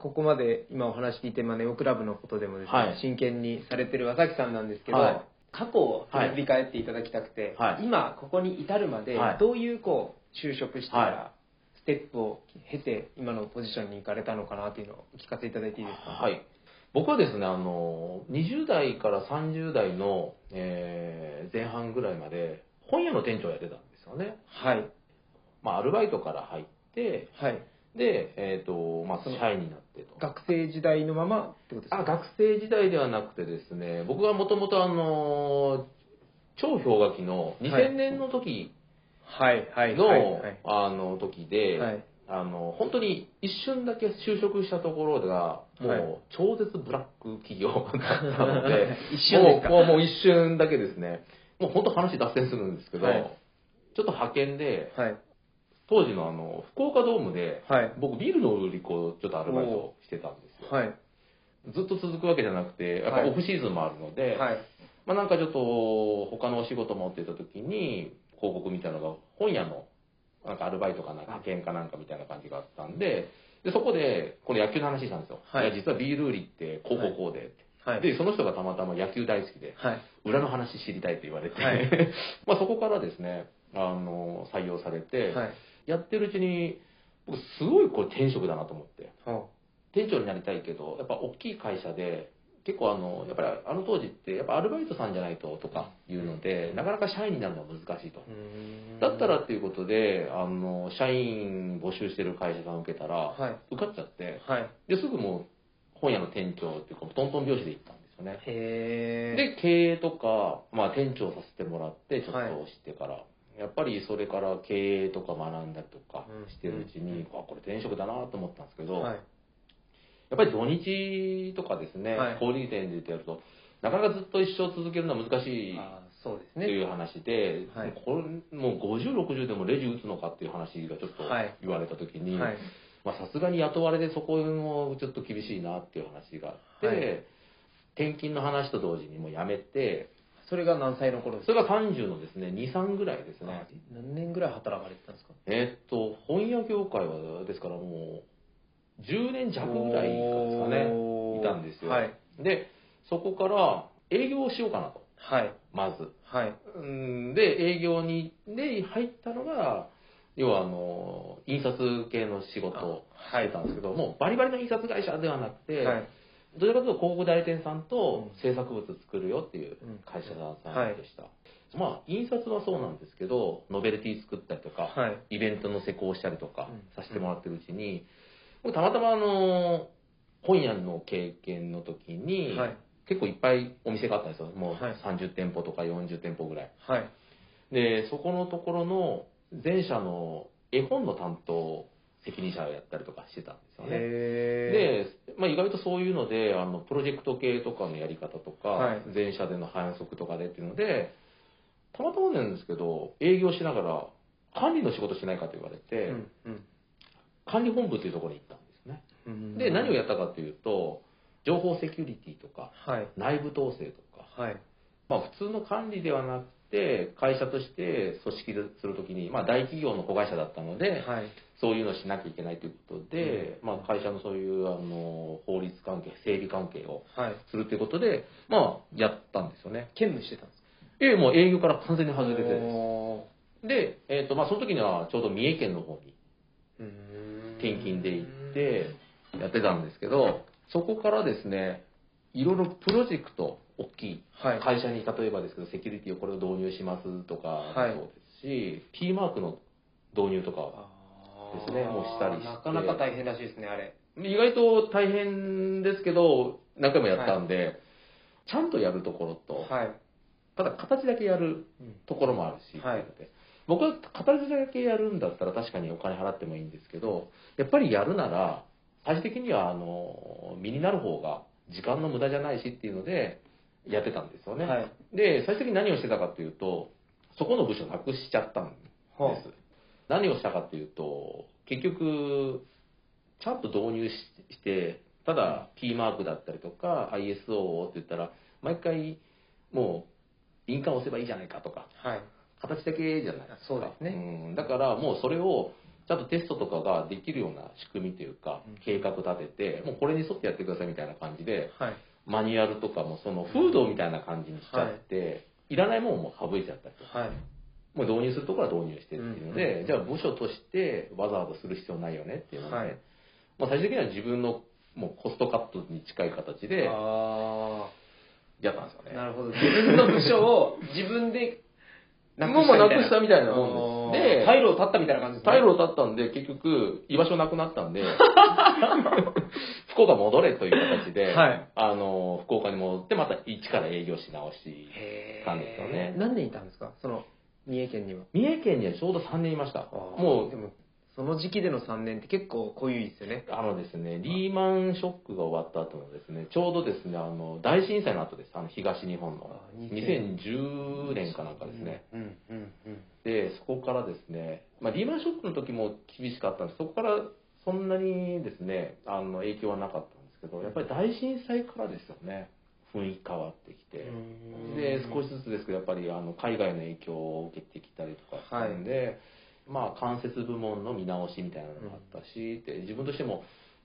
ここまで今お話聞いて、まあ、ネオクラブのことでもですね、はい真剣にされてる和崎さんなんですけど、はい過去を振り返っていただきたくて、はい今ここに至るまで、はいどういうこう就職してから、はステップを経て今のポジションに行かれたのかなというのをお聞かせいただいていいですか、はい。僕はですね、あの、20代から30代の、えー前半ぐらいまで、本屋の店長をやってたんですよね。はいまあ、アルバイトから入って、はいで、えっ、と、まあ、支配になってと。学生時代のままってことですかあ、学生時代ではなくてですね、僕がもともとあの、超氷河期の2000年の時はいはいの、はいはいあの時で、はいあの、本当に一瞬だけ就職したところが、は、もう超絶ブラック企業だったので 一瞬ですかもうもうも う一瞬だけですね。もう本当話脱線するんですけど、はいちょっと派遣で、はい当時のあの、福岡ドームで、はい僕ビールの売り子をちょっとアルバイトしてたんですよ。はいずっと続くわけじゃなくて、やっぱはいオフシーズンもあるので、はいまあなんかちょっと他のお仕事持ってた時に、広告みたいなのが本屋のなんかアルバイトかなんか派遣かなんかみたいな感じがあったんで、で、そこで、この野球の話したんですよ。はいいや、実はビール売りってこうこうこうでって、はいで、その人がたまたま野球大好きで、はい裏の話知りたいって言われて、は まあそこからですね、あの、採用されて、はいやってるうちに、僕すごいこれ転職だなと思って。ほ店長になりたいけどやっぱ大きい会社で結構あのやっぱりあの当時ってやっぱアルバイトさんじゃないととかいうのでなかなか社員になるのは難しいとううーんだったらっていうことであの社員募集してる会社さん受けたら、はい受かっちゃってはいですぐもう本屋の店長っていうかトントン拍子で行ったんですよねへえで経営とか、まあ、店長させてもらってちょっとはいしてから、やっぱりそれから経営とか学んだりとかうんしてるうちうに、んあこれ転職だなと思ったんですけど、はいやっぱり土日とかですね、はい小売店でやると、なかなかずっと一生続けるのは難しいあーそうですといねう話で、はいこれもう50、60でもレジ打つのかっていう話がちょっとはい言われたときに、はいまあさすがに雇われでそこもちょっと厳しいなっていう話があって、はい転勤の話と同時にもうやめて、それが何歳の頃ですそかれが30のですね、2、3ぐらいですね。何年ぐらい働かれてたんですかえっと、本屋業界は、ですからもう、10年弱ぐらいですかおね、ーいたんですよ。はいで、そこから営業をしようかなと、はいまず。はいうんで、営業に、で、入ったのが、要はあの、印刷系の仕事をあしてたんですけど、もうバリバリの印刷会社ではなくて、はいどちらかというと広告代理店さんとうん制作物作るよっていう会社さんでした、まあ印刷はそうなんですけどノベルティ作ったりとか、はいイベントの施工したりとかうんさせてもらってるうちに、僕たまたまあの本屋の経験の時に、はい結構いっぱいお店があったんですよもうはい30店舗とか40店舗ぐらいはいでそこのところの全社の絵本の担当責任者をやったりとかしてたんですよねへで、まあ、意外とそういうのであのプロジェクト系とかのやり方とか、はい全社での反則とかでっていうのでたまたまなんですけど営業しながら管理の仕事しないかと言われえて、うんうん管理本部というところに行ったんですね、うんで何をやったかというと情報セキュリティとかはい内部統制とか、はいまあ、普通の管理ではなくて会社として組織でするときに、まあ、大企業の子会社だったので、はいそういうのをしなきゃいけないということで、まあ、会社のそういうあの法律関係、整備関係をはいするということで、まあ、やったんですよね。兼務してたんですかええ、もう営業から完全に外れてでおす。で、えっ、と、まあ、その時にはちょうど三重県の方にーうーん転勤で行って、やってたんですけど、そこからですね、いろいろプロジェクト、大きいはい会社に例えばですけど、セキュリティをこれを導入しますとかはいもそうですし、P マークの導入とかはあーですねもうしたりしてなかなか大変らしいですねあれ意外と大変ですけど何回もやったんで、ちゃんとやるところと、はいただ形だけやるうんところもあるし、はいっていうので僕は形だけやるんだったら確かにお金払ってもいいんですけどやっぱりやるなら最終的にはあの身になる方が時間の無駄じゃないしっていうのでやってたんですよね、はいで最終的に何をしてたかっていうとそこの部署なくしちゃったんです、はあ何をしたかっていうと結局ちゃんと導入ししてただ P マークだったりとか ISO をって言ったら毎回もう印鑑押せばいいじゃないかとかはい形だけじゃないですかそうですねうんだからもうそれをちゃんとテストとかができるような仕組みというかうん、計画立てて、もうこれに沿ってやってくださいみたいな感じで、はい。マニュアルとかもその風土みたいな感じにしちゃって、いらないもんをもう省いちゃったりとかはい。もう導入するところは導入してっていうのうんで、うんじゃあ部署としてわざわざする必要ないよねっていうので、はいまあ最終的には自分のもうコストカットに近い形であやったんですよあ、ね。なるほど。自分の部署 を自分でもうもうなくしたみたいなもんです。で、退路を断ったみたいな感じですね。退路を立ったんで、結局、居場所なくなっ たんで、福岡戻れという形で、はいあの、福岡に戻って、また一から営業し直し、へーたんですよね何年いたんですかその、三重県には。三重県にはちょうど3年いました。ももう、でう、も、その時期での3年って結構濃いですよね。あのですね、リーマンショックが終わった後のですね、ちょうどですね、あの、大震災の後です、あの、東日本の。あ2010年かなんかですね。。うん、うん、うん。で、そこからですね、まあ、リーマンショックの時も厳しかったんです、そこからそんなにですね、あの、影響はなかったんですけど、やっぱり大震災からですよね、雰囲気変わってきて。で少しずつですけどやっぱりあの海外の影響を受けてきたりとかしたんで、まあ間接部門の見直しみたいなのもあったし、で自分としても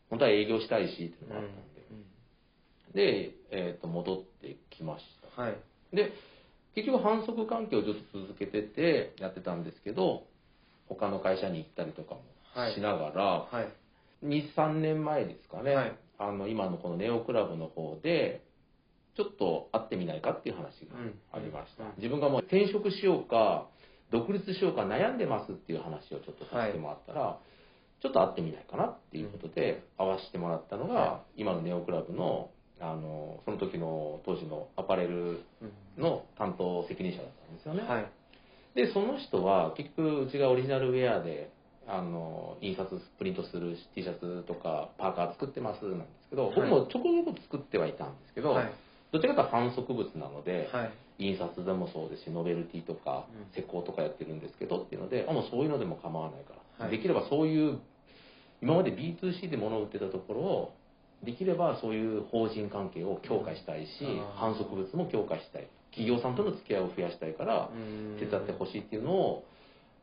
本当は営業したいしっていうのもあったんで、で、えー、と戻ってきましたはい。で結局反則関係をずっと続けててやってたんですけど他の会社に行ったりとかもしながら、はい。 23年前ですかね、はいあの今のこのネオクラブの方でちょっと会ってみないかっていう話がありました、うんうん自分がもう転職しようか独立しようか悩んでますっていう話をちょっとさせてもらったら、ちょっと会ってみないかなっていうことで会わせてもらったのが、は今のネオクラブのあのその時の当時のアパレルうんの担当責任者だったんですよね、はい。でその人は結局うちがオリジナルウェアであの印刷プリントする T シャツとかパーカー作ってますなんですけど、はい僕もちょこちょこ作ってはいたんですけど、はい。どちらかというと反則物なので、はい。印刷でもそうですしノベルティとかうん施工とかやってるんですけどっていうのであもうそういうのでも構わないから、はいできればそういう今まで B2C で物を売ってたところをできればそういう法人関係を強化したいし、うんあー反則物も強化したい企業さんとの付き合いを増やしたいから、手伝ってほしい。しいっていうのを、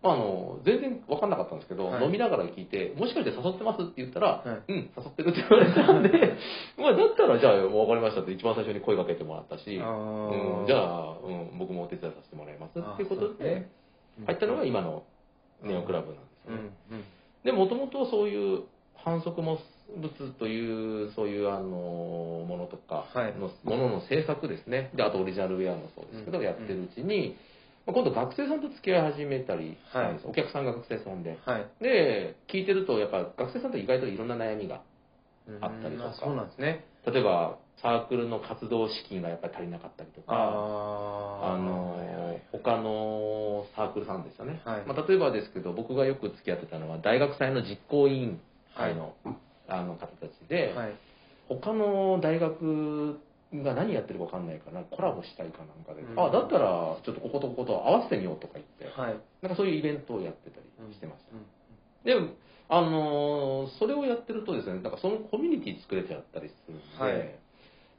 まあ、あの全然分かんなかったんですけど、はい飲みながら聞いて「もしかして誘ってます?」って言ったら「はいうん誘ってる」って言われたんで まあだったらじゃあ分かりましたって一番最初に声かけてもらったし、あーうん、じゃあ、うん、僕もお手伝いさせてもらいますっていうことあーそうですでねうん入ったのが今のネオクラブなんですうよね。ん、うん。でもともとそういう反則物というそういうあのものとかはいの、ものの制作ですねであとオリジナルウェアもそうですけど、うんやってるうちに、まあ今度学生さんと付き合い始めたりしたんです、お客さんが学生さんではい。で聞いてるとやっぱ学生さんと意外といろんな悩みがうんあったりとかあそうなんですね。例えばサークルの活動資金がやっぱり足りなかったりとかああの他のサークルさんですよね、はいまあ、例えばですけど僕がよく付き合ってたのは大学祭の実行委員会の,、あの方たちで、はい。他の大学が何やってるか分かんないからコラボしたいかなんかで、うんあだったらちょっとこことここと合わせてみようとか言って、はい。なんかそういうイベントをやってたりしてました、うんでもあのーそれをやってるとですねなんかそのコミュニティ作れちゃったりするんで、はい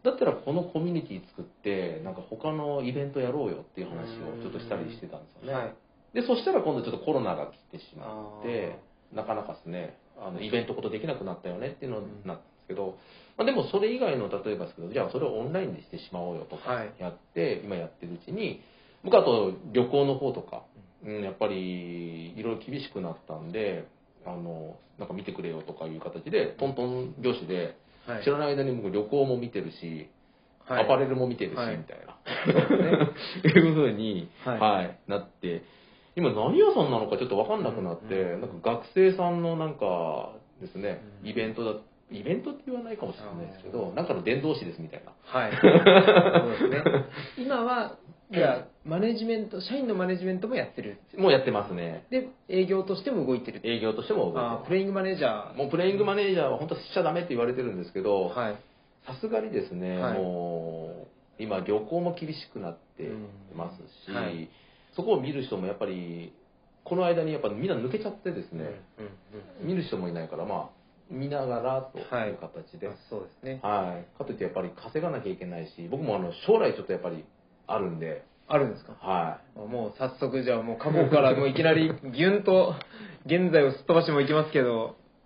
だったらこのコミュニティ作ってなんか他のイベントやろうよっていう話をちょっとしたりしてたんですよね、はい。でそしたら今度ちょっとコロナが来てしまっでて、なかなかですねあのイベントことできなくなったよねっていうのになったんですけど、まあ、でもそれ以外の例えばですけどじゃあそれをオンラインでしてしまおうよとはかいやって、今やってるうちに僕あと旅行の方とか、うん、やっぱりいろいろ厳しくなったんであのなんか見てくれよとかいう形でトントン拍子で、はい知らない間に僕旅行も見てるし、はいアパレルも見てるし、はいみたいな。いうふうに、ははいい、なって、今何屋さんなのかちょっとわかんなくなって、うんうんなんか学生さんのなんかですね、うんイベントだ、イベントって言わないかもしれないですけど、なんかの伝道師ですみたいな。はい。 そうですね。今は、じゃあ、マネジメント、社員のマネジメントもやってる。もうやってますね。で、営業としても動いてる。営業としても動いてあまーすプレイングマネージャー。もうプレイングマネージャーは本当しちゃダメって言われてるんですけど、はい。さすがにですね、はいもう今旅行も厳しくなってますし、うんはいそこを見る人もやっぱりこの間にやっぱみんな抜けちゃってですね、うん。うん見る人もいないからまあ見ながらとはいいう形で、あはいそうですね。かといってやっぱり稼がなきゃいけないし僕もあの将来ちょっとやっぱりあるんで、あるんですかはもう早速じゃあもう過去からもういきなりギュンと現在をすっ飛ばしてもいきますけど、